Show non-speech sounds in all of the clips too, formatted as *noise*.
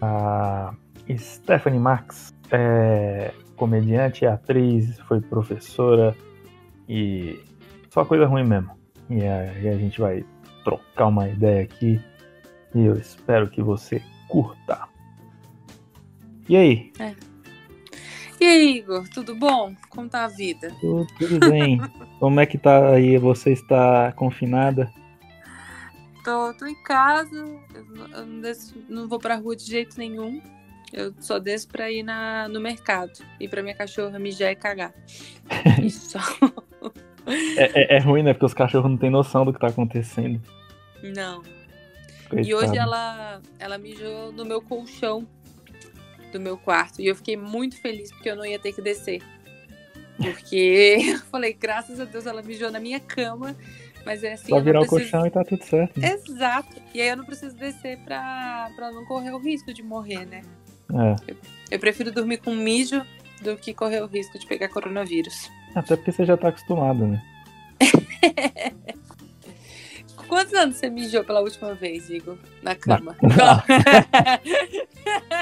A Stephanie Max é comediante, atriz, foi professora e só coisa ruim mesmo. E a, e a gente vai trocar uma ideia aqui e eu espero que você curta. E aí? É. E aí, Igor, tudo bom? Como tá a vida? Tudo, *laughs* tudo bem. Como é que tá aí? Você está confinada? Tô, tô em casa, eu não- eu não, desço- não vou pra rua de jeito nenhum. Eu só desço pra ir na, no mercado. E pra minha cachorra mijar e cagar. *laughs* Isso só. É, é- é ruim, né? Porque os cachorros não têm noção do que tá acontecendo. Não. E Coitado. hoje ela, ela mijou no meu colchão do meu quarto. E eu fiquei muito feliz porque eu não ia ter que descer. Porque *laughs* eu falei, graças a Deus, ela mijou na minha cama. Mas é assim, Só eu não virar o preciso- colchão e tá tudo certo. né? Exato. E aí eu não preciso descer pra, pra não correr o risco de morrer, né? É. Eu prefiro dormir com mijo do que correr o risco de pegar coronavírus. Até porque você já tá acostumado, né? Quantos anos você mijou pela última vez, Igor? Na cama? *laughs*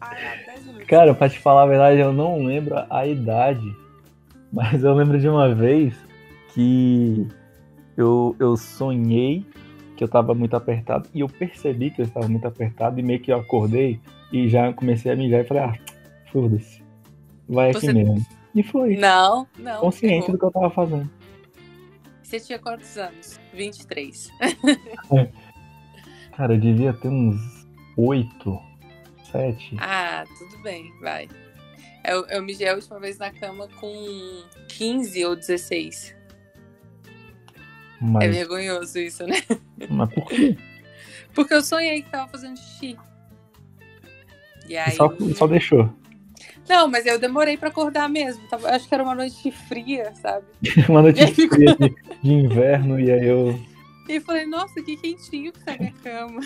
Ai, até juro. Cara, pra te falar a verdade, eu não lembro a idade, mas eu lembro de uma vez que eu, eu sonhei que eu tava muito apertado e eu percebi que eu estava muito apertado e meio que eu acordei e já comecei a mijar e falei, ah, foda-se, vai aqui Você- mesmo. E foi, Não, não. consciente errou. do que eu tava fazendo. Você tinha quantos anos? 23. Cara, eu devia ter uns oito, sete. Ah, tudo bem, vai. Eu, eu mijei a última vez na cama com 15 ou 16. É mas, vergonhoso isso, né? mas por quê? Porque eu sonhei que tava fazendo xixi. E aí. Só, só deixou. *laughs* Não, mas eu demorei pra acordar mesmo. Tava- Acho que era uma noite fria, sabe? Uma E *laughs* aí noite ficou- fria de, de inverno e aí eu... E falei, nossa, que quentinho que tá minha cama.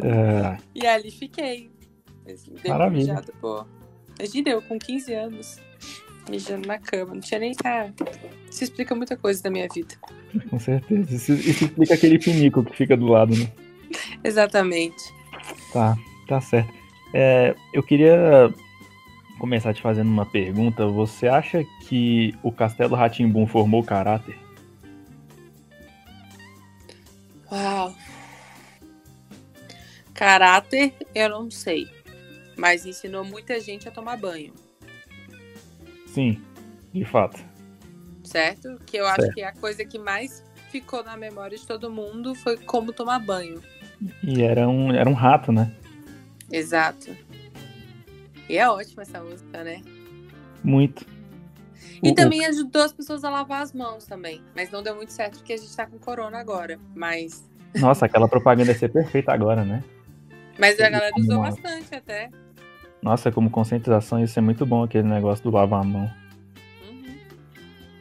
é, E ali fiquei. Mas me dei uma Maravilha. mijada boa. Imagina eu com 15 anos, mijando na cama. Não tinha nem. Ah, isso explica muita coisa da minha vida. Com certeza. Isso, isso explica aquele pinico que fica do lado, né? Exatamente. Tá, tá certo. É, eu queria começar te fazendo uma pergunta. Você acha que o Castelo Ratimbum formou caráter? Uau. Caráter, eu não sei. Mas ensinou muita gente a tomar banho. Sim, de fato. certo? Que eu acho Certo. que a coisa que mais ficou na memória de todo mundo foi como tomar banho. E era um, era um rato, né? Exato. E é ótima essa música, né? Muito. E O- o- também ajudou as pessoas a lavar as mãos também. Mas não deu muito certo porque a gente tá com corona agora. Mas, Nossa, aquela propaganda ia ser perfeita agora, né? mas a Ele galera tá usou mal. bastante até. Nossa, como conscientização ia ser muito bom aquele negócio do lavar a mão. Uhum.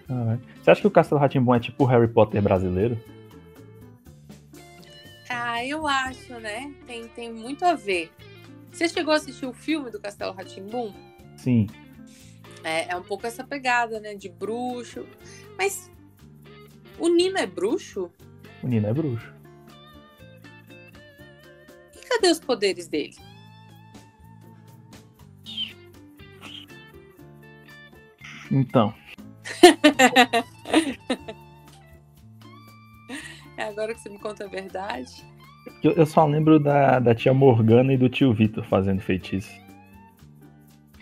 Caralho. Você acha que o Castelo Ratimbum é tipo o Harry Potter brasileiro? Ah, eu acho, né? Tem, tem muito a ver. Você chegou a assistir o filme do Castelo Ratimbum? Sim. É, é um pouco essa pegada, né? De bruxo. Mas o Nino é bruxo? O Nino é bruxo. E cadê os poderes dele? Então. É agora que você me conta a verdade? Eu, eu só lembro da, da tia Morgana e do tio Vitor fazendo feitiço.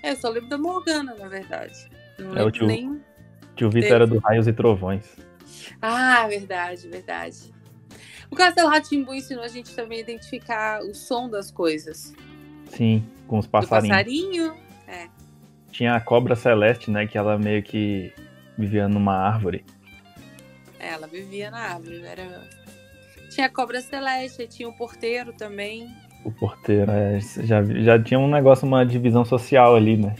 É, eu só lembro da Morgana, na verdade. Não É, o lembro tio- nem. Tio Vitor Teve. era do Raios e Trovões. Ah, verdade, verdade. O Castelo Ratimbu ensinou a gente também a identificar o som das coisas. Sim, com os Do passarinhos. passarinho. Tinha a cobra celeste, né? Que ela meio que vivia numa árvore. É, Ela vivia na árvore, não era. Tinha a cobra celeste, tinha o porteiro também. O porteiro. é, já, já tinha um negócio, uma divisão social ali, né?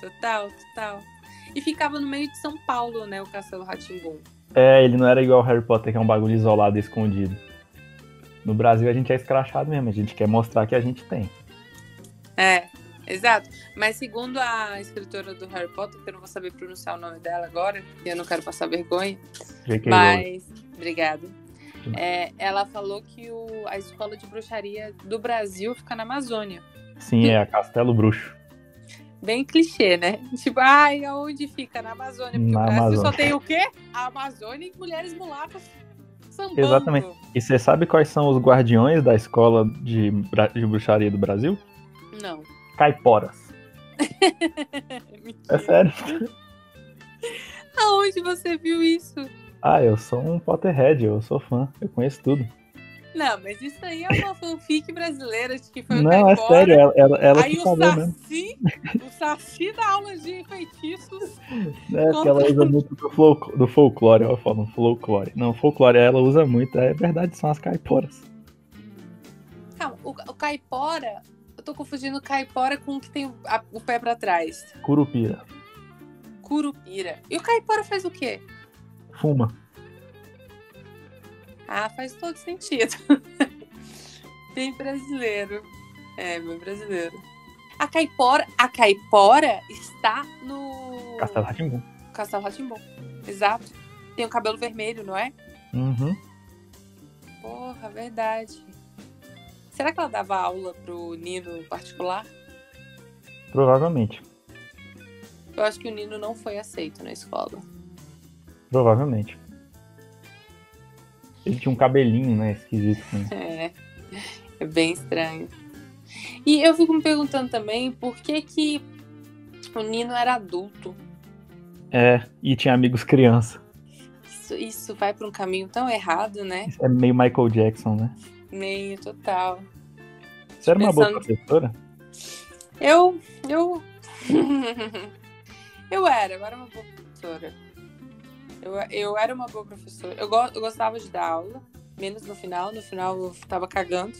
total, total. E ficava no meio de São Paulo, né, o Castelo Ratimbu. É, ele não era igual o Harry Potter, que é um bagulho isolado e escondido. No Brasil a gente é escrachado mesmo, a gente quer mostrar que a gente tem. É, exato. Mas segundo a escritora do Harry Potter, que eu não vou saber é pronunciar o nome dela agora, e eu não quero passar vergonha, J.K. Rowling. mas. Obrigada. É, ela falou que o- a escola de bruxaria do Brasil fica na Amazônia. Sim, é a Castelo Bruxo. Bem clichê, né? Tipo, ai, aonde fica? Na Amazônia. Porque Na o Brasil Amazônia. só tem o quê? A Amazônia e mulheres mulatas sambando. Exatamente. E você sabe quais são os guardiões da escola de, bra- de bruxaria do Brasil? Não. *laughs* Caiporas. É Mentira. sério. é Aonde você viu isso? Ah, eu sou um Potterhead, eu sou fã, eu conheço tudo. Não, mas isso aí é uma fanfic brasileira de que foi o Não, é Caipora. sério, ela, ela, ela Aí que o falou né? mesmo. Saci, o Saci da aula de feitiços. É, porque ela usa muito do, fol- do folclore, ela fala um folclore. Não, folclore ela usa muito, é verdade, são as caiporas. Calma, o, o caipora, eu tô confundindo o caipora com o que tem o, a- o pé pra trás. Curupira, Curupira. E o caipora faz o quê? fuma. Ah, faz todo sentido. *laughs* Bem brasileiro. É, bem brasileiro. A caipora, a caipora está no Castelo Ratimbu. Castelo Ratimbom. Exato. Tem o cabelo vermelho, não é? Uhum. Porra, verdade. Será que ela dava aula pro Nino particular? Provavelmente. Eu acho que o Nino não foi aceito na escola. Provavelmente. Ele tinha um cabelinho, né? Esquisito. Né? É, é bem estranho. E eu fico me perguntando também por que que o Nino era adulto. É, e tinha amigos criança. Isso, isso vai para um caminho tão errado, né? Isso é meio Michael Jackson, né? Meio total. Você era uma boa Pensando- professora? Eu, eu, eu era, eu era uma boa professora. Eu, eu era uma boa professora. Eu, go- eu gostava de dar aula, menos no final. No final eu tava cagando.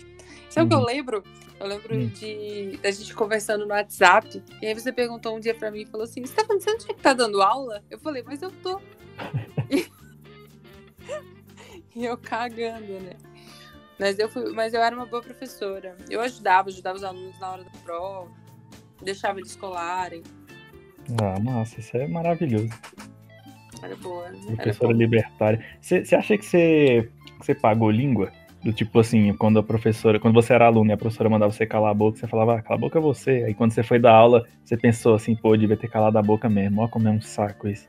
Sabe o que eu Uhum. lembro? Eu lembro Hum. de da gente conversando no WhatsApp. E aí você perguntou um dia pra mim e falou assim: Stefano, você não tinha que estar dando aula? Eu falei, mas eu *laughs* tô. e eu cagando, né? Mas eu, fui, mas eu era uma boa professora. Eu ajudava, ajudava os alunos na hora da prova, deixava eles colarem. Ah, nossa, isso é maravilhoso. Era boa. né? Era Professora boa. libertária. Você você acha que você, que você pagou língua? Do tipo assim, quando a professora, quando você era aluno e a professora mandava você calar a boca, você falava, ah, cala a boca você. Aí quando você foi dar aula, você pensou assim, pô, eu devia ter calado a boca mesmo, ó, como é um saco isso.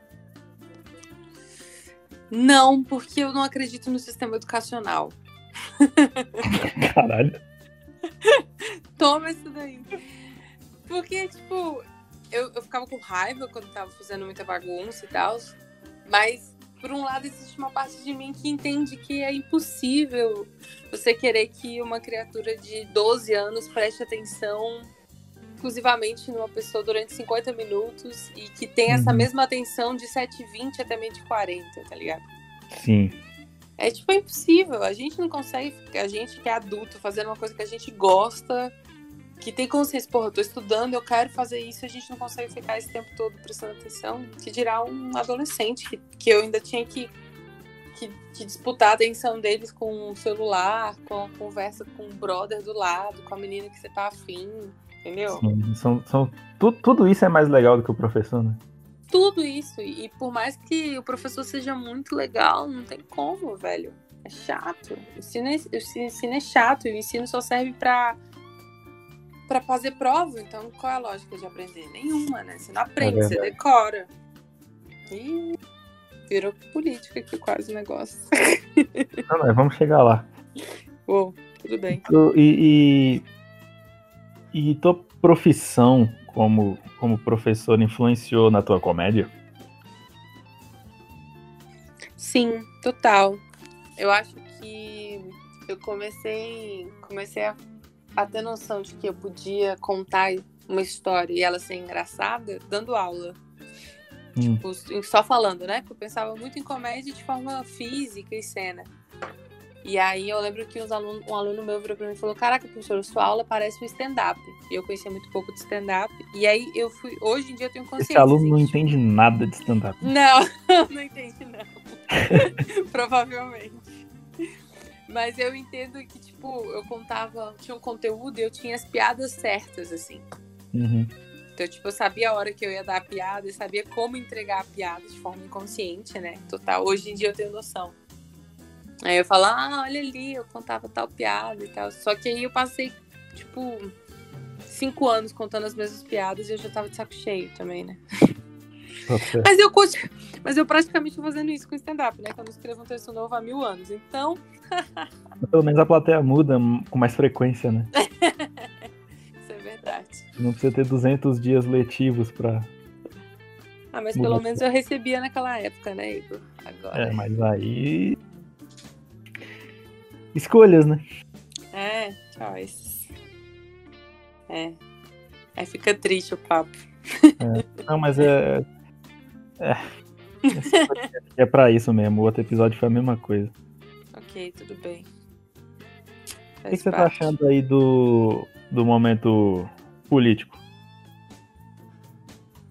*laughs* Não, porque eu não acredito no sistema educacional. Caralho. Toma isso daí. Porque, tipo, eu, eu ficava com raiva quando tava fazendo muita bagunça e tal. Mas, por um lado, existe uma parte de mim que entende que é impossível você querer que uma criatura de 12 anos preste atenção exclusivamente numa pessoa durante 50 minutos e que tenha essa Uhum. mesma atenção de 7h20 até meio de 40, tá ligado? Sim. É tipo, é impossível. A gente não consegue. A gente que é adulto, fazendo uma coisa que a gente gosta, que tem consciência, porra, eu tô estudando, eu quero fazer isso, a gente não consegue ficar esse tempo todo prestando atenção. Que dirá um adolescente, que, que eu ainda tinha que, que, que disputar a atenção deles com o celular, com a conversa com o brother do lado, com a menina que você tá afim, entendeu? sim. São, são, tu- tudo isso é mais legal do que o professor, né? Tudo isso. E por mais que o professor seja muito legal, não tem como, velho. É chato. O ensino é, o ensi- ensino é chato e o ensino só serve pra, pra fazer prova. Então, qual é a lógica de aprender? Nenhuma, né? Você não aprende, É você decora. Ih, virou política aqui quase o negócio. *laughs* Não, não, vamos chegar lá. Uou, tudo bem. Tu- E, e, e tua profissão como, como professor influenciou na tua comédia? Sim, total. Eu acho que eu comecei, comecei a, a ter noção de que eu podia contar uma história e ela ser engraçada dando aula. Hum. Os- em- Só falando, né? Porque eu pensava muito em comédia de forma física e cena. E aí eu lembro que uns aluno, um aluno meu virou pra mim e falou: Caraca, professor, sua aula parece um stand-up. E eu conhecia muito pouco de stand-up. E aí eu fui. Hoje em dia eu tenho consciência. Esse aluno não gente. entende nada de stand-up. Não, *laughs* não entendi, não. *laughs* Provavelmente. Mas eu entendo que, tipo, eu contava, tinha um conteúdo e eu tinha as piadas certas, assim. Uhum. Então, tipo, eu sabia a hora que eu ia dar a piada e sabia como entregar a piada de forma inconsciente, né? Total. Hoje em dia eu tenho noção. Aí eu falo, ah, olha ali, eu contava tal piada e tal. Só que aí eu passei, tipo, cinco anos contando as mesmas piadas e eu já tava de saco cheio também, né? Você- Mas eu, conti- mas eu praticamente tô fazendo isso com stand-up, né? Que eu não escrevo um texto novo há mil anos. Então, Pelo menos a plateia muda com mais frequência, né? isso é verdade. Não precisa ter 200 dias letivos pra. Ah, mas Mudou. pelo menos eu recebia naquela época, né, Igor? É, Agora. mas aí. Escolhas, né? É, choice. É. Aí fica triste o papo. Não, mas é. É, Esse podcast é pra isso mesmo. O outro episódio foi a mesma coisa. Ok, tudo bem. O que, que você tá achando aí do, do momento político?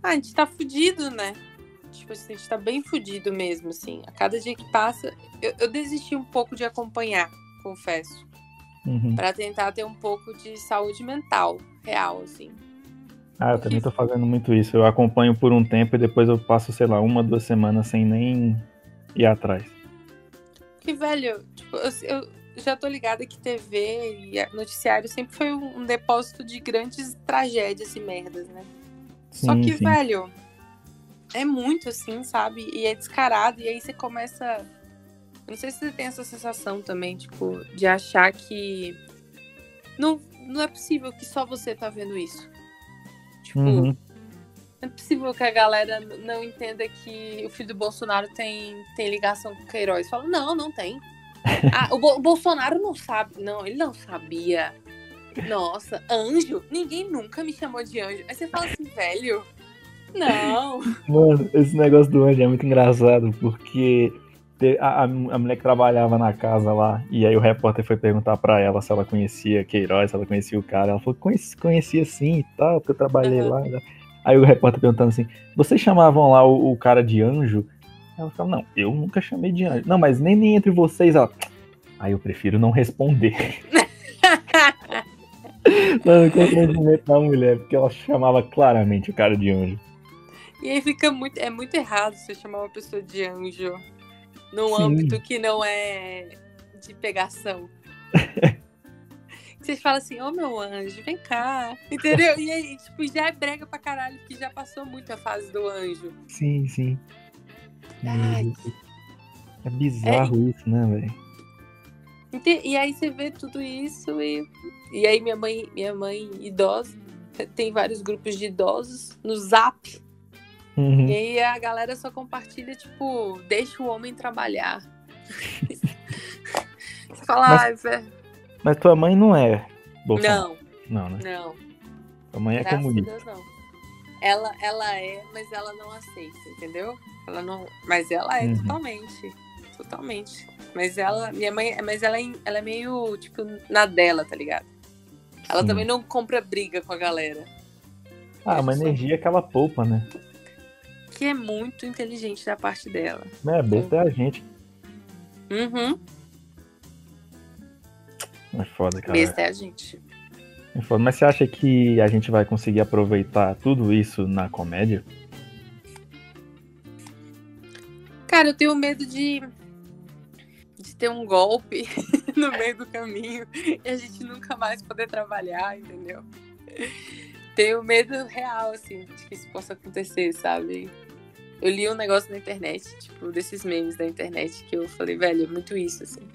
Ah, a gente tá fudido, né? Tipo assim, a gente tá bem fudido mesmo, assim. A cada dia que passa, eu, eu desisti um pouco de acompanhar, confesso. Uhum. Pra tentar ter um pouco de saúde mental real, assim. Ah, eu também tô fazendo muito isso. Eu acompanho por um tempo e depois eu passo, sei lá, uma, duas semanas sem nem ir atrás. Porque, velho, tipo, eu, eu já tô ligada que TV e a- noticiário sempre foi um, um depósito de grandes tragédias e merdas, né? Só Sim, que, sim. velho, é muito assim, sabe? E é descarado, e aí você começa. Eu não sei se você tem essa sensação também, tipo, de achar que. Não, não é possível que só você tá vendo isso. Tipo, Uhum. não é possível que a galera n- não entenda que o filho do Bolsonaro tem, tem ligação com o Queiroz. Fala, não, não tem. Ah, o, Bo- o Bolsonaro não sabe. Não, ele não sabia. Nossa, anjo? Ninguém nunca me chamou de anjo. Aí você fala assim, velho. Não. Mano, esse negócio do anjo é muito engraçado, porque te- a, a, a mulher que trabalhava na casa lá, e aí o repórter foi perguntar pra ela se ela conhecia Queiroz, se ela conhecia o cara. Ela falou, "Conheci- conhecia sim e tal, porque eu trabalhei Aham. lá. né?" Aí o repórter perguntando assim, vocês chamavam lá o, o cara de anjo? Ela falou, não, eu nunca chamei de anjo. Não, mas nem, nem entre vocês, ela. Aí eu prefiro não responder. Mano, que constrangimento da mulher, porque ela chamava claramente o cara de anjo. E aí fica muito. É muito errado você chamar uma pessoa de anjo num Sim. âmbito que não é de pegação. Vocês falam assim, ô meu anjo, vem cá. Entendeu? E aí, tipo, já é brega pra caralho, porque já passou muito a fase do anjo. Sim, sim. Meu Ai. Deus. É bizarro isso, né, velho? Ente- E aí você vê tudo isso e. E aí minha mãe, minha mãe idosa, tem vários grupos de idosos no zap. Uhum. E aí a galera só compartilha, tipo, deixa o homem trabalhar. *laughs* Você fala, Mas- ai, velho. Mas tua mãe não é Bolsonaro. Não, Não, né? não. Tua mãe é graças a comunista. Deus, não. Ela, ela é, mas ela não aceita, entendeu? Ela não, mas ela é Uhum. totalmente. Totalmente. Mas ela, minha mãe, mas ela, é- ela é meio, tipo, na dela, tá ligado? Ela Sim. também não compra briga com a galera. Ah, uma energia que ela poupa, né? Que é muito inteligente da parte dela. Né, besta é a gente. Uhum. É foda, cara. Besta é a gente. É foda. Mas você acha que a gente vai conseguir aproveitar tudo isso na comédia? Cara, eu tenho medo de, de ter um golpe *laughs* no meio do caminho e a gente nunca mais poder trabalhar, entendeu? Tenho medo real, assim, de que isso possa acontecer, sabe? Eu li um negócio na internet, tipo, desses memes da internet, que eu falei, velho, é muito isso, assim.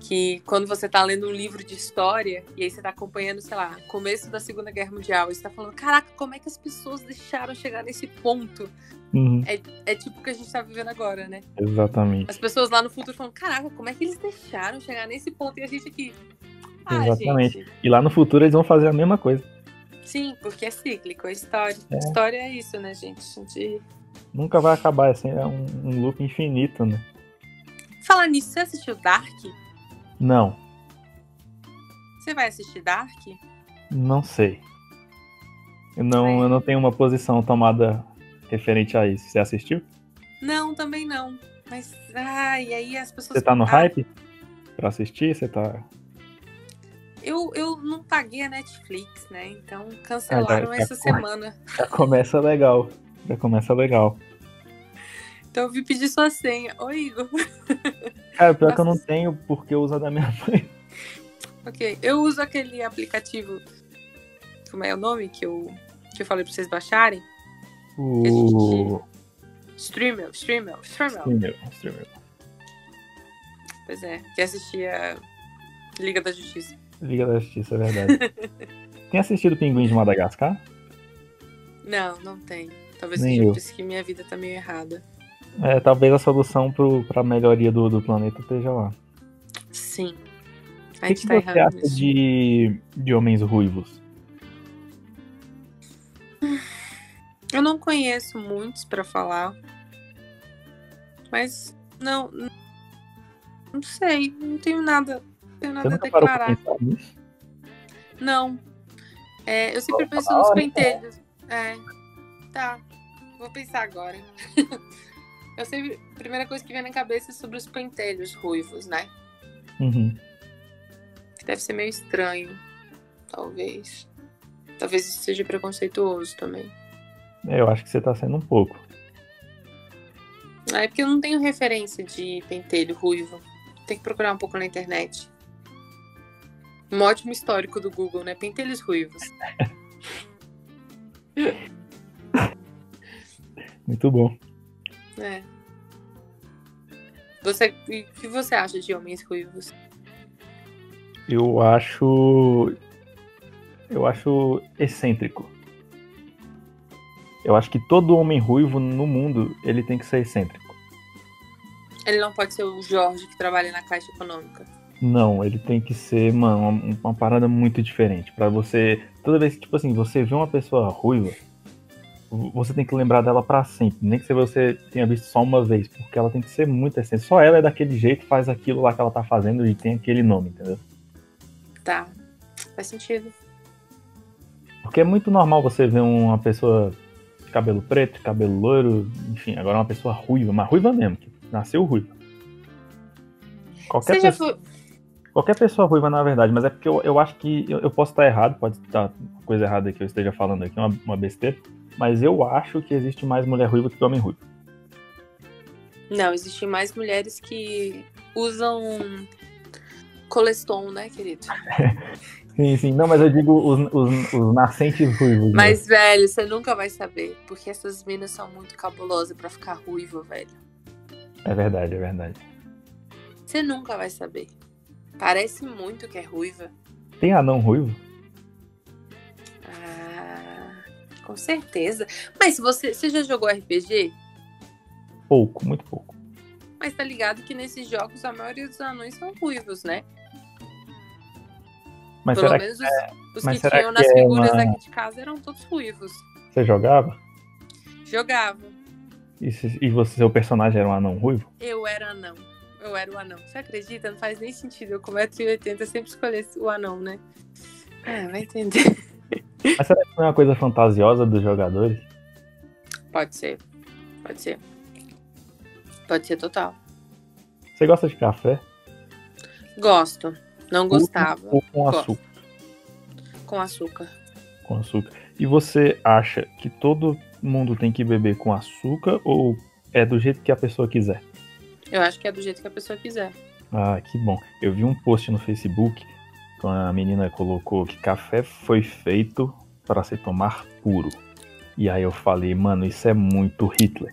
Que quando você tá lendo um livro de história e aí você tá acompanhando, sei lá, começo da Segunda Guerra Mundial, e você tá falando, caraca, como é que as pessoas deixaram chegar nesse ponto? Uhum. É tipo o que a gente tá vivendo agora, né? Exatamente. As pessoas lá no futuro falam, caraca, como é que eles deixaram chegar nesse ponto e a gente aqui? Ah, Exatamente. gente. E lá no futuro eles vão fazer a mesma coisa. Sim, porque é cíclico, é história. História é isso, né, gente? A gente... Nunca vai acabar, assim, é um, um loop infinito, né? Falar nisso, você assistiu Dark? Não, Você vai assistir Dark? não sei. Eu não, É. eu não tenho uma posição tomada referente a isso. Você assistiu? Não, também não. Mas, ai, aí as pessoas. Você tá no Ah, hype pra assistir? Você tá. Eu, eu não paguei a Netflix, né? Então cancelaram Ah, já- já essa foi. semana. Já começa legal. Já começa legal. Então eu vim pedir sua senha. Ô, Igor. *laughs* Cara, pior que eu não tenho porque eu uso a da minha *laughs* mãe. Ok, eu uso aquele aplicativo. Como é o nome que eu, que eu falei pra vocês baixarem? O. Streamer, Streamer, Streamer. Streamer, streamer. Pois é, que assistia Liga da Justiça. Liga da Justiça, é verdade. *laughs* Tem assistido Pinguim de Madagascar? Não, não tem. Talvez Nem seja eu. por isso que minha vida tá meio errada. É, talvez a solução pro, pra melhoria do, do planeta esteja lá. Sim. A O que, gente que você tá errado acha nisso. de, de homens ruivos? Eu não conheço muitos pra falar. Mas não. Não sei. Não tenho nada. Não tenho Você nada a nunca parou declarar. pra pensar nisso? Não. É, eu sempre Fala, penso nos fala, pentelhos. É. Tá. Vou pensar agora. *laughs* eu sempre. A primeira coisa que vem na cabeça é sobre os pentelhos ruivos, né? Uhum. Que deve ser meio estranho. Talvez. Talvez isso seja preconceituoso também. É, Eu acho que você tá sendo um pouco. É porque eu não tenho referência de pentelho ruivo. Tem que procurar um pouco na internet. Um ótimo histórico do Google, né? Pentelhos ruivos. Muito bom. É. Você, e o que você acha de homens ruivos? Eu acho. Eu acho excêntrico. Eu acho que todo homem ruivo no mundo ele tem que ser excêntrico. Ele não pode ser o Jorge que trabalha na Caixa Econômica. Não, ele tem que ser, mano, uma, uma parada muito diferente. Pra você. Toda vez que, tipo assim, você vê uma pessoa ruiva, vo- você tem que lembrar dela pra sempre. Nem que você tenha visto só uma vez, porque ela tem que ser muito excêntrica. Só ela é daquele jeito, faz aquilo lá que ela tá fazendo e tem aquele nome, entendeu? Tá. Faz sentido. Porque é muito normal você ver uma pessoa de cabelo preto, cabelo loiro, enfim, agora uma pessoa ruiva, mas ruiva mesmo, que nasceu ruiva. Qualquer, Você já pe- foi. qualquer pessoa ruiva, na verdade, mas é porque eu, eu acho que eu, eu posso estar errado, pode estar uma coisa errada que eu esteja falando aqui, uma, uma besteira, mas eu acho que existe mais mulher ruiva que homem ruivo. Não, existem mais mulheres que usam colestom, né, querido? Sim, sim, não, mas eu digo os, os, os nascentes ruivos. né? Mas, velho, você nunca vai saber. Porque essas minas são muito cabulosas pra ficar ruiva, velho. É verdade, é verdade. Você nunca vai saber. Parece muito que é ruiva. Tem anão ruivo? Ah, com certeza. Mas você, você já jogou RPG? Pouco, muito pouco. Mas tá ligado que nesses jogos a maioria dos anões são ruivos, né? Mas Pelo será menos os, os mas que será tinham que nas é figuras uma- daqui de casa eram todos ruivos. que você jogava? Jogava. E, se- e você, seu personagem era um anão ruivo? Eu era anão. Eu era o anão. Você acredita? Não faz nem sentido. Eu com 1,80m sempre escolhi o anão, né? Ah, vai entender. *laughs* Mas será que não é uma coisa fantasiosa dos jogadores? Pode ser. Pode ser. Pode ser total. Você gosta de café? Gosto. Uhum. Não gostava. Ou com Gosto. açúcar? Com açúcar. Com açúcar. E você acha que todo mundo tem que beber com açúcar ou é do jeito que a pessoa quiser? Eu acho que é do jeito que a pessoa quiser. Ah, que bom. Eu vi um post no Facebook que a menina colocou que café foi feito para se tomar puro. E aí eu falei, mano, isso é muito Hitler.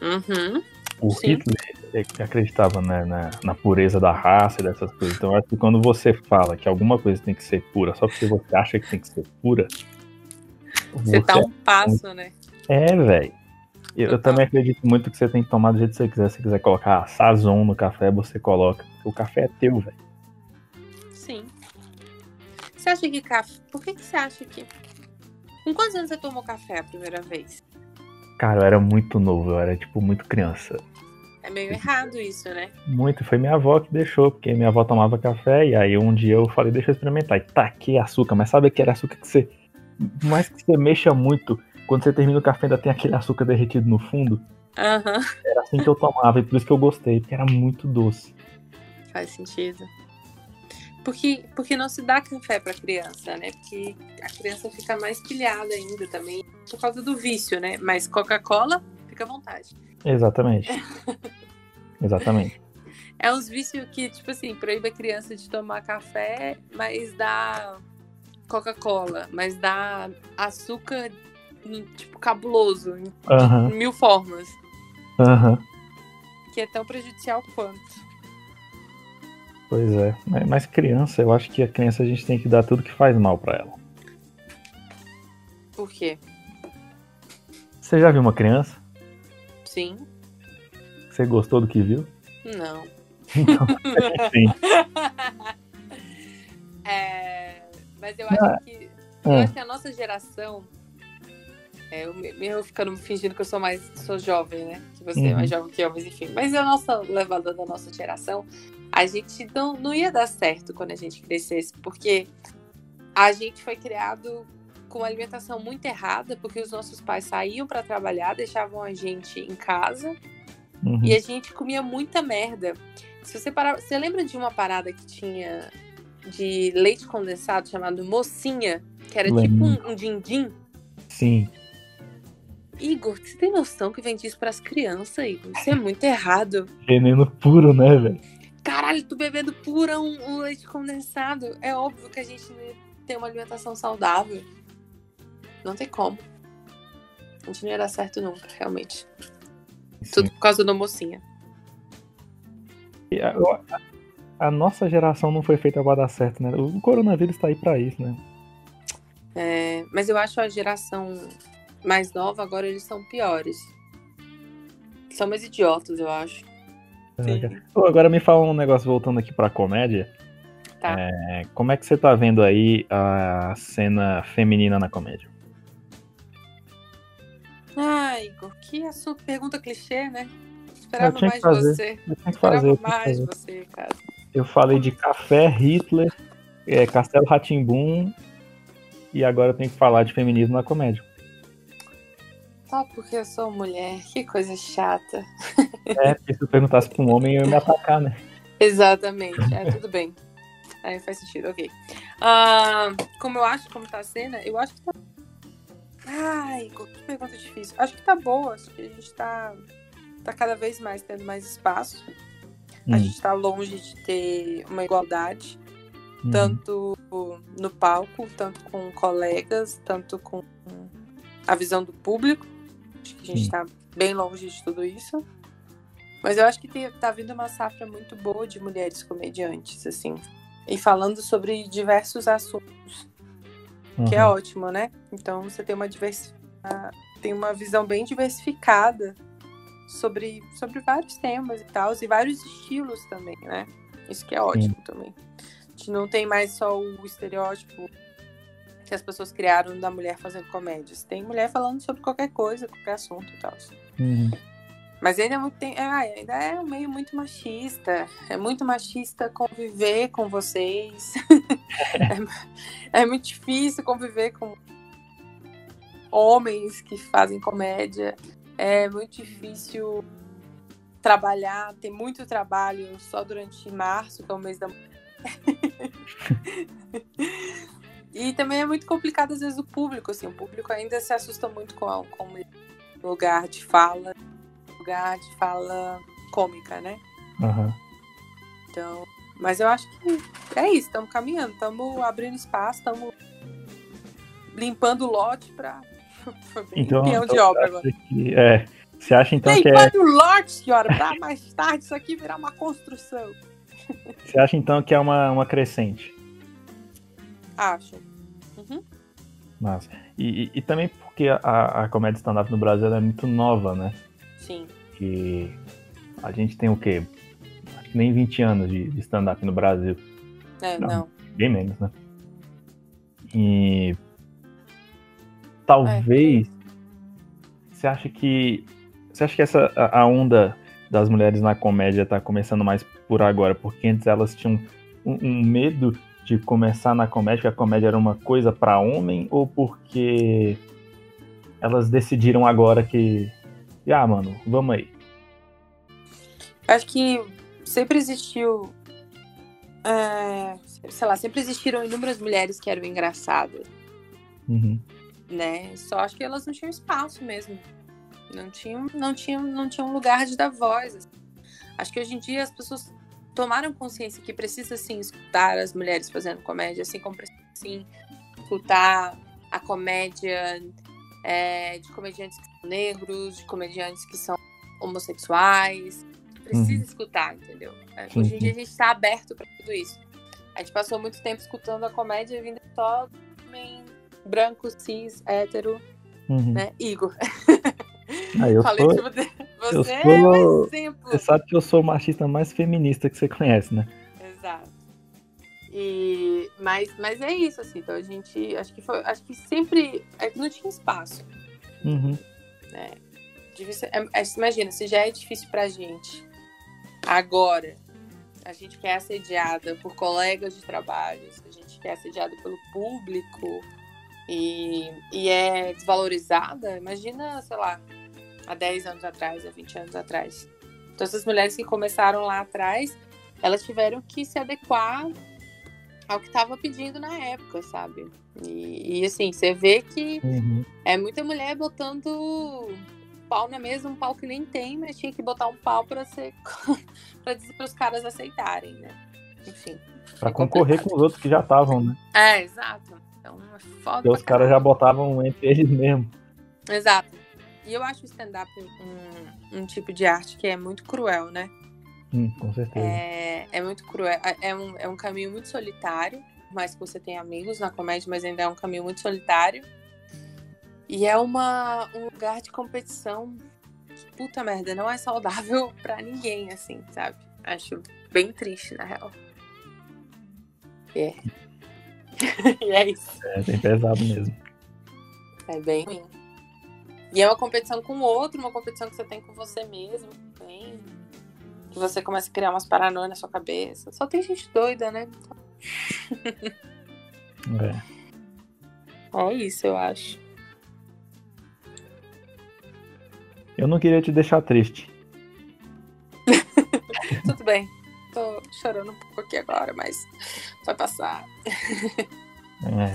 Uhum. O Sim. Hitler é que acreditava né, na, na pureza da raça e dessas coisas. Então eu acho que quando você fala que alguma coisa tem que ser pura só porque você acha que tem que ser pura, Você tá um passo, né? É, velho. Eu, eu também acredito muito que você tem que tomar do jeito que você quiser. Se você quiser colocar sazon no café, você coloca. O café é teu, velho. Sim. Você acha que café. Por que, que você acha que. Com quantos anos você tomou café a primeira vez? Cara, eu era muito novo, eu era, tipo, muito criança. É meio errado isso, né? Muito, foi minha avó que deixou, porque minha avó tomava café, e aí um dia eu falei, deixa eu experimentar. E taquei açúcar, mas sabe aquele açúcar que você. por Mais que você mexa muito, quando você termina o café ainda tem aquele açúcar derretido no fundo. Aham. Era assim que eu tomava, e por isso que eu gostei, porque era muito doce. Faz sentido. Porque, porque não se dá café pra criança, né? Porque a criança fica mais pilhada ainda também. Por causa do vício, né? Mas Coca-Cola, fica à vontade. Exatamente. Exatamente. É uns vícios que, tipo assim, proíbe a criança de tomar café, mas dá Coca-Cola, mas dá açúcar, tipo, cabuloso, em Aham, mil formas, aham. que é tão prejudicial quanto. Pois é. Mas- Mas criança, eu acho que a criança a gente tem que dar tudo que faz mal pra ela. Por quê? Você já viu uma criança? Sim? Você gostou do que viu? Não. Então, sim. É, mas eu acho que. Eu Ah. acho que a nossa geração. É, eu, me- eu ficando fingindo que eu sou mais. sou jovem, né? Que você é Uhum. mais jovem que eu, mas enfim. Mas a nossa levada da nossa geração, a gente não, não ia dar certo quando a gente crescesse, porque a gente foi criado com uma alimentação muito errada, porque os nossos pais saíam para trabalhar, deixavam a gente em casa. Uhum. E a gente comia muita merda. Se você parar, você lembra de uma parada que tinha de leite condensado chamado mocinha, que era tipo Lembro. um, um din-din? Sim. Igor, você tem noção que vende isso pras crianças, Igor? Isso é muito errado. Veneno puro, né, velho? Caralho, tu bebendo pura um, um leite condensado. É óbvio que a gente não ia ter uma alimentação saudável. Não tem como. A gente não ia dar certo nunca, realmente. Sim. Tudo por causa do mocinha. E a, a- a nossa geração não foi feita pra dar certo, né? O coronavírus tá aí pra isso, né? É, mas eu acho a geração mais nova agora eles são piores. São mais idiotas, eu acho. Sim. Ô, agora me fala um negócio voltando aqui pra comédia. Tá. É, como é que você tá vendo aí a cena feminina na comédia? Ai, Igor, que a sua pergunta clichê, né? Esperava tinha mais que de fazer, você. Eu tenho que fazer, Esperava eu tenho que mais fazer. de você, cara. Eu falei de café, Hitler, é, Castelo Ratimbum e agora eu tenho que falar de feminismo na comédia. Só porque eu sou mulher, que coisa chata. É, porque se eu perguntasse pra um homem, eu ia me atacar, né? Exatamente. É, tudo bem. Aí faz sentido, ok. Ah, como eu acho, como tá a cena, eu acho que tá. Ai, Igor, que pergunta difícil. Acho que tá boa, acho que a gente tá, tá cada vez mais tendo mais espaço. A Hum, gente tá longe de ter uma igualdade, hum. *laughs* tanto no palco, tanto com colegas, tanto com a visão do público. Acho que a gente Sim. tá bem longe de tudo isso. Mas eu acho que tem, tá vindo uma safra muito boa de mulheres comediantes, assim. E falando sobre diversos assuntos, que é Aham. ótimo, né? Então você tem uma diversi... a- tem uma visão bem diversificada sobre, sobre vários temas e tal, e vários estilos também, né? Isso que é ótimo também. A gente não tem mais só o estereótipo que as pessoas criaram da mulher fazendo comédias. Tem mulher falando sobre qualquer coisa, qualquer assunto e tal. Uhum. Mas ainda é, muito, tem- é, ainda é um meio muito machista. É muito machista conviver com vocês. *laughs* é, é muito difícil conviver com homens que fazem comédia. É muito difícil trabalhar. Tem muito trabalho só durante março, que é o mês da mulher. *laughs* E também é muito complicado, às vezes, o público. Assim, o público ainda se assusta muito com, a- com o lugar de fala lugar de fala cômica, né? Aham. Então, mas eu acho que é isso, estamos caminhando, estamos abrindo espaço, estamos limpando o lote para *laughs* Então, peão então de obra você agora. acha que- é, você acha então que é, limpando o lote, senhora, para mais tarde isso aqui virar uma construção. você acha então que é uma, uma crescente? Acho. Uhum. Massa. E, e- e também porque a, a comédia stand-up no Brasil ela é muito nova, né? Sim. Que a gente tem o quê? Acho que nem 20 anos de, de stand-up no Brasil. É, Não. não. Bem menos, né? E talvez você acha que você acha que essa a a onda das mulheres na comédia tá começando mais por agora, porque antes elas tinham um, um medo de começar na comédia, que a comédia era uma coisa pra homem ou porque elas decidiram agora que ah, mano, vamos aí. Acho que sempre existiu. é, sei lá, sempre existiram inúmeras mulheres que eram engraçadas. Uhum. né? Só acho que elas não tinham espaço mesmo Não tinha, não tinha, não tinha um lugar de dar voz. assim. Acho que hoje em dia as pessoas tomaram consciência que precisa sim escutar as mulheres fazendo comédia, assim como precisa sim escutar a comédia é, de comediantes que são negros, de comediantes que são homossexuais. Precisa Uhum. escutar, entendeu? É, Sim, Hoje em sim. dia a gente está aberto para tudo isso. A gente passou muito tempo escutando a comédia vinda só do homem branco, cis, hétero, Uhum. né? Igor. Ah, eu *laughs* Falei sou, de você. Você sou- é um exemplo. você sabe que eu sou o machista mais feminista que você conhece, né? Exato. E, mas, mas é isso, assim. Então a gente. Acho que foi. Acho que sempre. é que Não tinha espaço. Uhum. Devia ser- é- é- imagina, se já é difícil pra gente. Agora, a gente que é assediada por colegas de trabalho, a gente que é assediada pelo público e, e é desvalorizada, imagina, sei lá, há 10 anos atrás, há 20 anos atrás. Então essas mulheres que começaram lá atrás, elas tiveram que se adequar ao que estava pedindo na época, sabe? E, e assim, você vê que Uhum. é muita mulher botando pau na mesa, um pau que nem tem, mas tinha que botar um pau pra ser *laughs* para dizer para os caras aceitarem, né? Enfim. Pra concorrer com os outros que já estavam, né? É, exato. Então é foda. Porque os pra caras já caralho. botavam um entre eles mesmo. Exato. E eu acho o stand-up um, um tipo de arte que é muito cruel, né? Hum, com certeza. É, é muito cruel. É- É um, é um caminho muito solitário, mas que você tem amigos na comédia, mas ainda é um caminho muito solitário. E é uma, um lugar de competição que, puta merda, não é saudável *laughs* pra ninguém, assim, sabe? Acho bem triste, na real. É. *laughs* e é isso. É bem pesado mesmo. É bem ruim. E é uma competição com o outro, uma competição que você tem com você mesmo também. Que você começa a criar umas paranoias na sua cabeça. Só tem gente doida, né? É. É isso, eu acho. Eu não queria te deixar triste. Tudo bem. Tô chorando um pouco aqui agora, mas vai passar. É.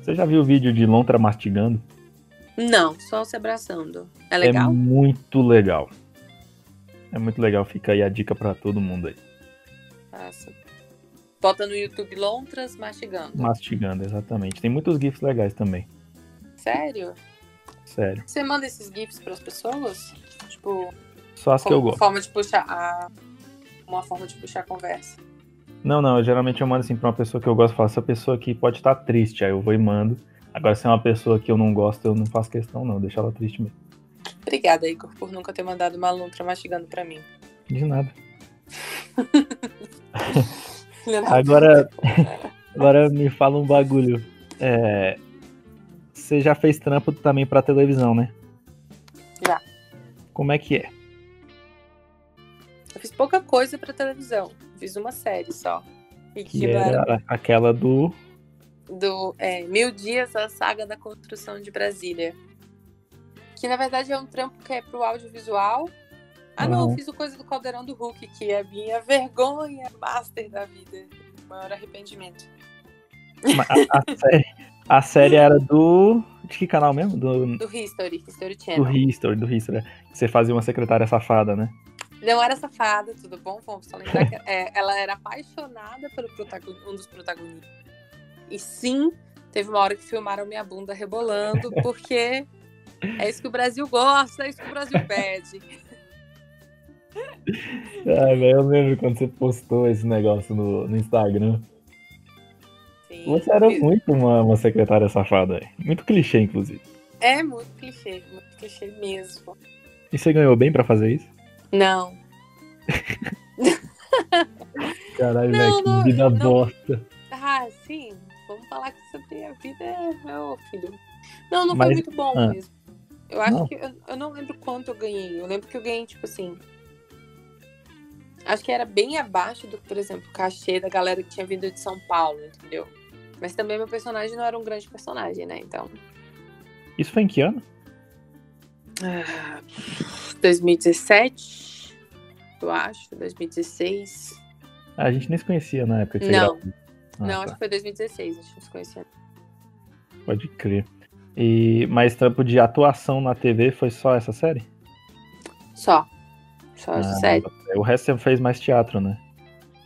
Você já viu o vídeo de Lontra mastigando? Não, só se abraçando. É legal? É muito legal. É muito legal. Fica aí a dica pra todo mundo aí. É Passa. Bota no YouTube Lontras mastigando. Mastigando, exatamente. Tem muitos GIFs legais também. Sério? Sério. Você manda esses GIFs pras pessoas? Tipo, Só as que eu como gosto. forma de puxar. a- uma forma de puxar a conversa. Não, não. eu geralmente eu mando assim pra uma pessoa que eu gosto. eu Falo, essa pessoa aqui pode estar triste. Aí eu vou e mando. Agora, se é uma pessoa que eu não gosto, eu não faço questão, não. Deixa ela triste mesmo. Obrigada, Igor, por nunca ter mandado uma lontra mastigando pra mim. De nada. Ah. Agora, agora me fala um bagulho. É, você já fez trampo também pra televisão, né? Já. Como é que é? Eu fiz pouca coisa pra televisão. Fiz uma série só. E que, Que era era aquela do. do é, Mil Dias, a Saga da Construção de Brasília. Que na verdade é um trampo que é pro audiovisual. Ah não, Uhum. eu fiz o coisa do Caldeirão do Hulk, que é a minha *laughs* vergonha master da vida. O maior arrependimento. A, a série, a série era do. De que canal mesmo? Do, Do History, History Channel. do History, do History. né? Que você fazia uma secretária safada, né? Não era safada, tudo bom? Vamos só lembrar que é, ela era apaixonada pelo protagon- um dos protagonistas. E sim, teve uma hora que filmaram minha bunda rebolando, porque é isso que o Brasil gosta, é isso que o Brasil pede. Ai, velho, Ah, eu lembro quando você postou esse negócio no, no Instagram. Sim. Você era muito uma, uma secretária safada, velho. muito clichê, inclusive. É muito clichê, muito clichê mesmo. E você ganhou bem pra fazer isso? Não. Caralho, Não, velho, não, que vida não. bosta. Ah, sim, vamos falar que sobre a vida, meu filho. Não, não Mas- foi muito bom ah. mesmo. Eu acho Não? que. Eu, eu não lembro quanto eu ganhei. Eu lembro que eu ganhei, tipo assim. Acho que era bem abaixo do, por exemplo, o cachê da galera que tinha vindo de São Paulo, entendeu? Mas também meu personagem não era um grande personagem, né? Então. Isso foi em que ano? ah, 2017, eu acho, 2016. A gente nem se conhecia na época que você Não. gravou. Ah, Não, acho tá. que foi 2016, a gente não se conhecia. Pode crer. E mais trampo de atuação na TV foi só essa série? Só. Só essa Ah, série. O resto você fez mais teatro, né?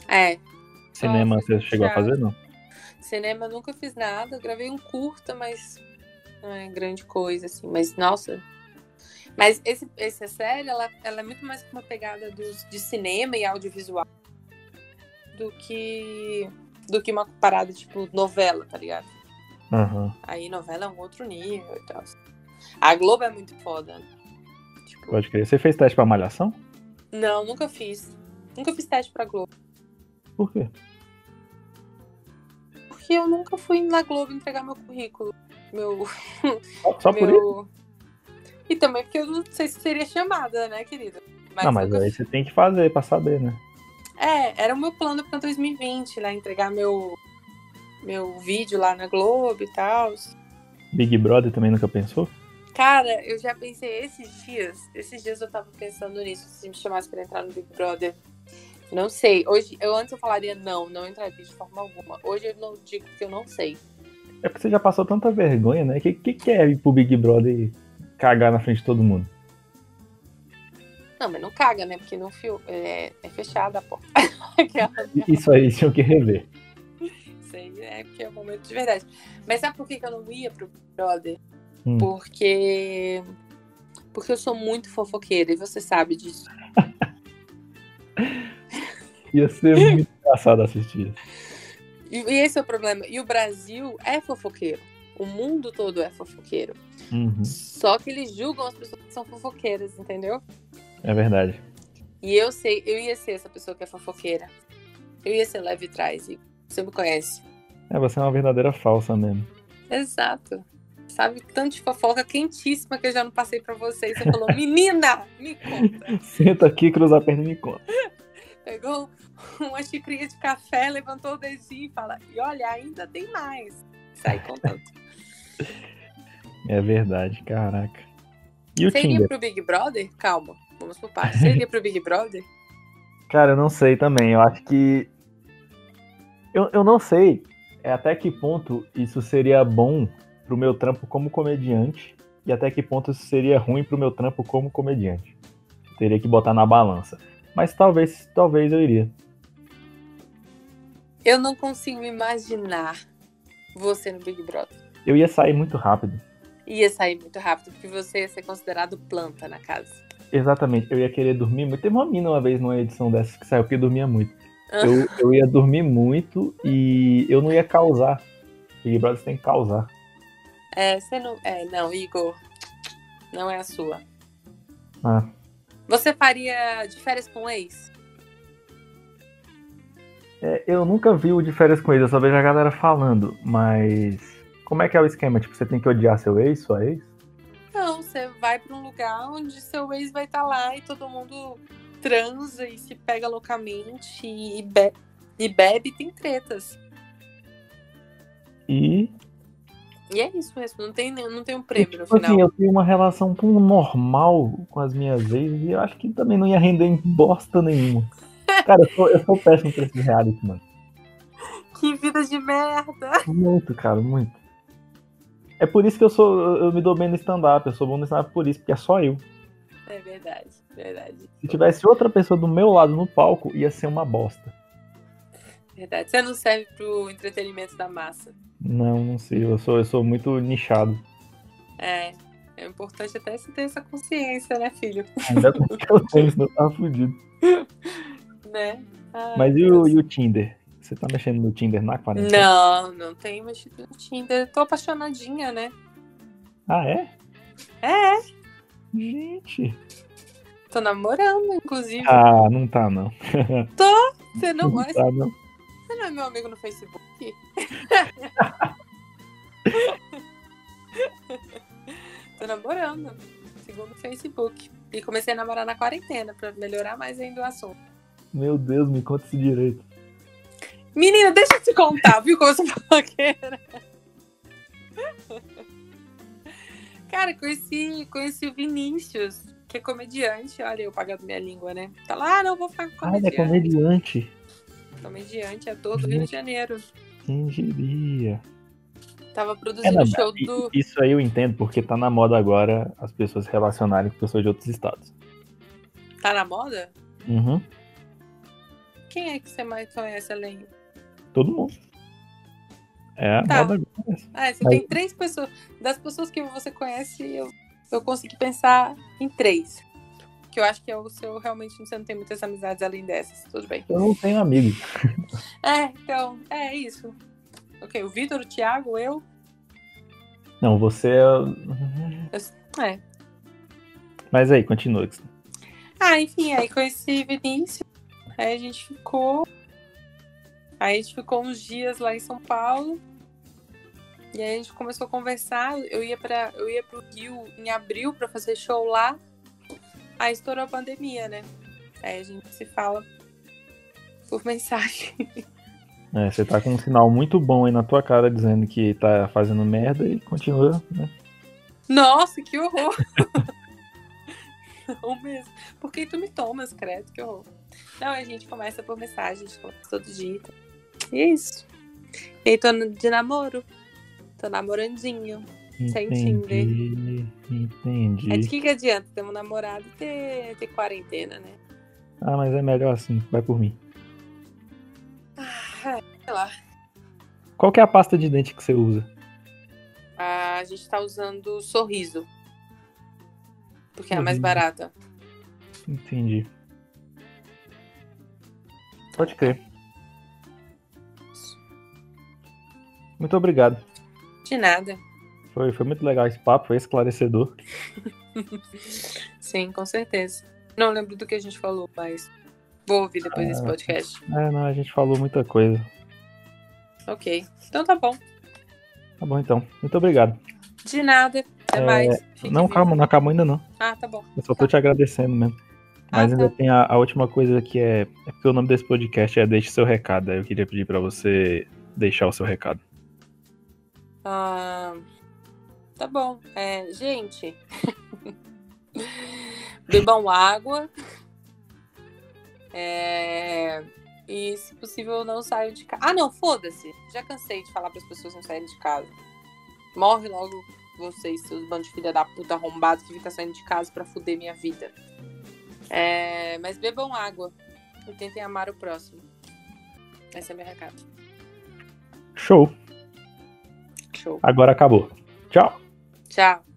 É. Cinema Só você chegou teatro. a fazer, não? Cinema eu nunca fiz nada, eu gravei um curta, mas não é grande coisa, assim. Mas, nossa. Mas esse, essa série, ela, ela é muito mais com uma pegada dos, de cinema e audiovisual do que, do que uma parada, tipo, novela, tá ligado? Aham, Aí novela é um outro nível e tal. A Globo é muito foda. né? Tipo, pode crer. Você fez teste pra malhação? não, nunca fiz. Nunca fiz teste pra Globo. Por quê? Porque eu nunca fui na Globo entregar meu currículo. Meu. Só, só por isso? meu... E também porque eu não sei se seria chamada, né, querida? Mas não, mas é nunca- aí você tem que fazer pra saber, né? É, era o meu plano pra 2020, né? Entregar meu, meu vídeo lá na Globo e tal. Big Brother também nunca pensou? Cara, eu já pensei esses dias. Esses dias eu tava pensando nisso, se me chamasse pra entrar no Big Brother. Não sei. Hoje, eu antes eu falaria não, não entraria de forma alguma. Hoje eu não digo que eu não sei. É porque você já passou tanta vergonha, né? O que, que, que é ir pro Big Brother e cagar na frente de todo mundo? Não, mas não caga, né? Porque não fio, é, é fechada a porta. *laughs* É. E- Isso aí tinha que rever. Isso aí é porque é o momento de verdade. Mas sabe por que que eu não ia pro Big Brother? Hum. Porque. Porque eu sou muito fofoqueira e você sabe disso. Ia ser muito engraçado assistir isso. E e esse é o problema. E o Brasil é fofoqueiro. O mundo todo é fofoqueiro. Uhum, Só que eles julgam as pessoas que são fofoqueiras, entendeu? é verdade. E eu sei, eu ia ser essa pessoa que é fofoqueira. Eu ia ser leve trás. e Você me conhece. É, você é uma verdadeira falsa mesmo. *laughs* Exato. Sabe tanto de fofoca quentíssima que eu já não passei pra você. E você falou, menina, me conta. Senta aqui, cruza a perna e me conta. Pegou *laughs* uma xicrinha de café, levantou o dedinho e fala, e olha, ainda tem mais. Sai *laughs* contando. É verdade, caraca. E o Você iria Tinder? pro Big Brother? Calma, vamos pro *laughs* par. Você iria pro Big Brother? Cara, eu não sei também. Eu acho que. Eu, eu não sei é até que ponto isso seria bom pro meu trampo como comediante e até que ponto isso seria ruim pro meu trampo como comediante. Teria que botar na balança. Mas talvez, talvez eu iria. Eu não consigo imaginar você no Big Brother. Eu ia sair muito rápido. Ia sair muito rápido, porque você ia ser considerado planta na casa. Exatamente, eu ia querer dormir muito. Teve uma mina uma vez numa edição dessas que saiu que dormia muito. Eu, Ah. eu ia dormir muito e eu não ia causar. Big Brother você tem que causar. É, você não. É, não, Igor. Não é a sua. Ah. Você faria de férias com ex? É, eu nunca vi o de férias com eles, eu só vejo a galera falando, mas. Como é que é o esquema? Tipo, você tem que odiar seu ex, sua ex? Não, você vai pra um lugar onde seu ex vai estar lá e todo mundo transa e se pega loucamente e, be- e bebe e tem tretas. E. E é isso mesmo, não tem, não tem um e, prêmio no tipo assim, final. eu tenho uma relação tão normal com as minhas ex e eu acho que também não ia render em bosta nenhuma. *laughs* Cara, eu sou, eu sou péssimo pra esse reality, mano. Que vida de merda! Muito, cara, muito. É por isso que eu sou. Eu me dou bem no stand-up, eu sou bom no stand-up por isso, porque é só eu. É verdade, verdade, Se tivesse outra pessoa do meu lado no palco, ia ser uma bosta. verdade. Você não serve pro entretenimento da massa. Não, não sei, eu sou, eu sou muito nichado. É. É importante até se ter essa consciência, né, filho? Ainda bem que eu tenho, senão eu tava fudido. Né? Ai, Mas e o, Deus. e o Tinder? Você tá mexendo no Tinder na quarentena? Não, não tenho mexido no Tinder. Tô apaixonadinha, né? Ah, é? É, Gente. tô namorando, inclusive. Ah, não tá não. Você não, olha, tá não. você não é meu amigo no Facebook? *laughs* tô namorando, segundo o Facebook. E comecei a namorar na quarentena, pra melhorar mais ainda o assunto. Meu Deus, me conta isso direito. Menina, deixa eu te contar, viu? Como eu sou *laughs* fofoqueira. Cara, conheci, conheci o Vinícius, que é comediante. Olha, eu pagando minha língua, né? Tá lá, ah, não, vou ficar com Ah, ele é comediante. comediante. comediante, ator do Rio de Janeiro. Quem diria? Tava É, produzindo não, o show i- do. Isso aí eu entendo, porque tá na moda agora as pessoas se relacionarem com pessoas de outros estados. Tá na moda? Uhum. Quem é que você mais conhece além? Todo mundo. É a Tá. moda agora. Ah, você Mas- tem três pessoas. Das pessoas que você conhece, eu, eu consegui pensar em três. Que eu acho que é o seu, realmente, você não tem muitas amizades além dessas. Tudo bem. Eu não tenho amigo. É, então, é isso. Ok, o Vitor, o Thiago, eu. Não, você é. É. Mas aí, continua. Ah, enfim, aí conheci Vinícius. Aí a gente ficou. Aí a gente ficou uns dias lá em São Paulo. E aí a gente começou a conversar. Eu ia para eu ia pro Rio em abril para fazer show lá. Aí estourou a pandemia, né? Aí a gente se fala por *laughs* mensagem. É, você tá com um sinal muito bom aí na tua cara dizendo que tá fazendo merda e continua, né? Nossa, que horror! *laughs* Não mesmo. Por que tu me tomas, credo? Que horror. Não, a gente começa por mensagem, a gente conversa todo dia. E é isso. E aí, tô no- de namoro. Tô namorandinho. Sem Tinder. Entendi. Entendi. É de que, que adianta ter um namorado e ter, ter quarentena, né? Ah, mas é melhor assim, vai por mim. Ah, sei lá. Qual que é a pasta de dente que você usa? Ah, A gente tá usando o sorriso. Porque é a mais Sorriso. barata. Entendi. Pode crer. Muito obrigado. De nada. Foi, foi muito legal esse papo, foi esclarecedor. Sim, com certeza. Não lembro do que a gente falou, mas vou ouvir depois desse podcast. É, não, a gente falou muita coisa. Ok. Então tá bom. Tá bom então. Muito obrigado. De nada. Até É, mais. Fique não, vivo. calma, não acabou ainda não. Ah, tá bom. Eu só tô te agradecendo mesmo. Mas Ah, ainda tá. tem a, a última coisa que é. É porque o nome desse podcast é Deixe seu recado. Aí eu queria pedir pra você deixar o seu recado. Ah, tá bom. É, gente. *laughs* Bebam água. É, E se possível, não saiam de casa. Ah, não, foda-se. Já cansei de falar para as pessoas não saírem de casa. Morre logo vocês, seus bandos de filha da puta arrombados que fica saindo de casa para fuder minha vida. É, Mas bebam água e tentem amar o próximo. Esse é meu recado. Show! Show. Agora acabou. Tchau! Tchau.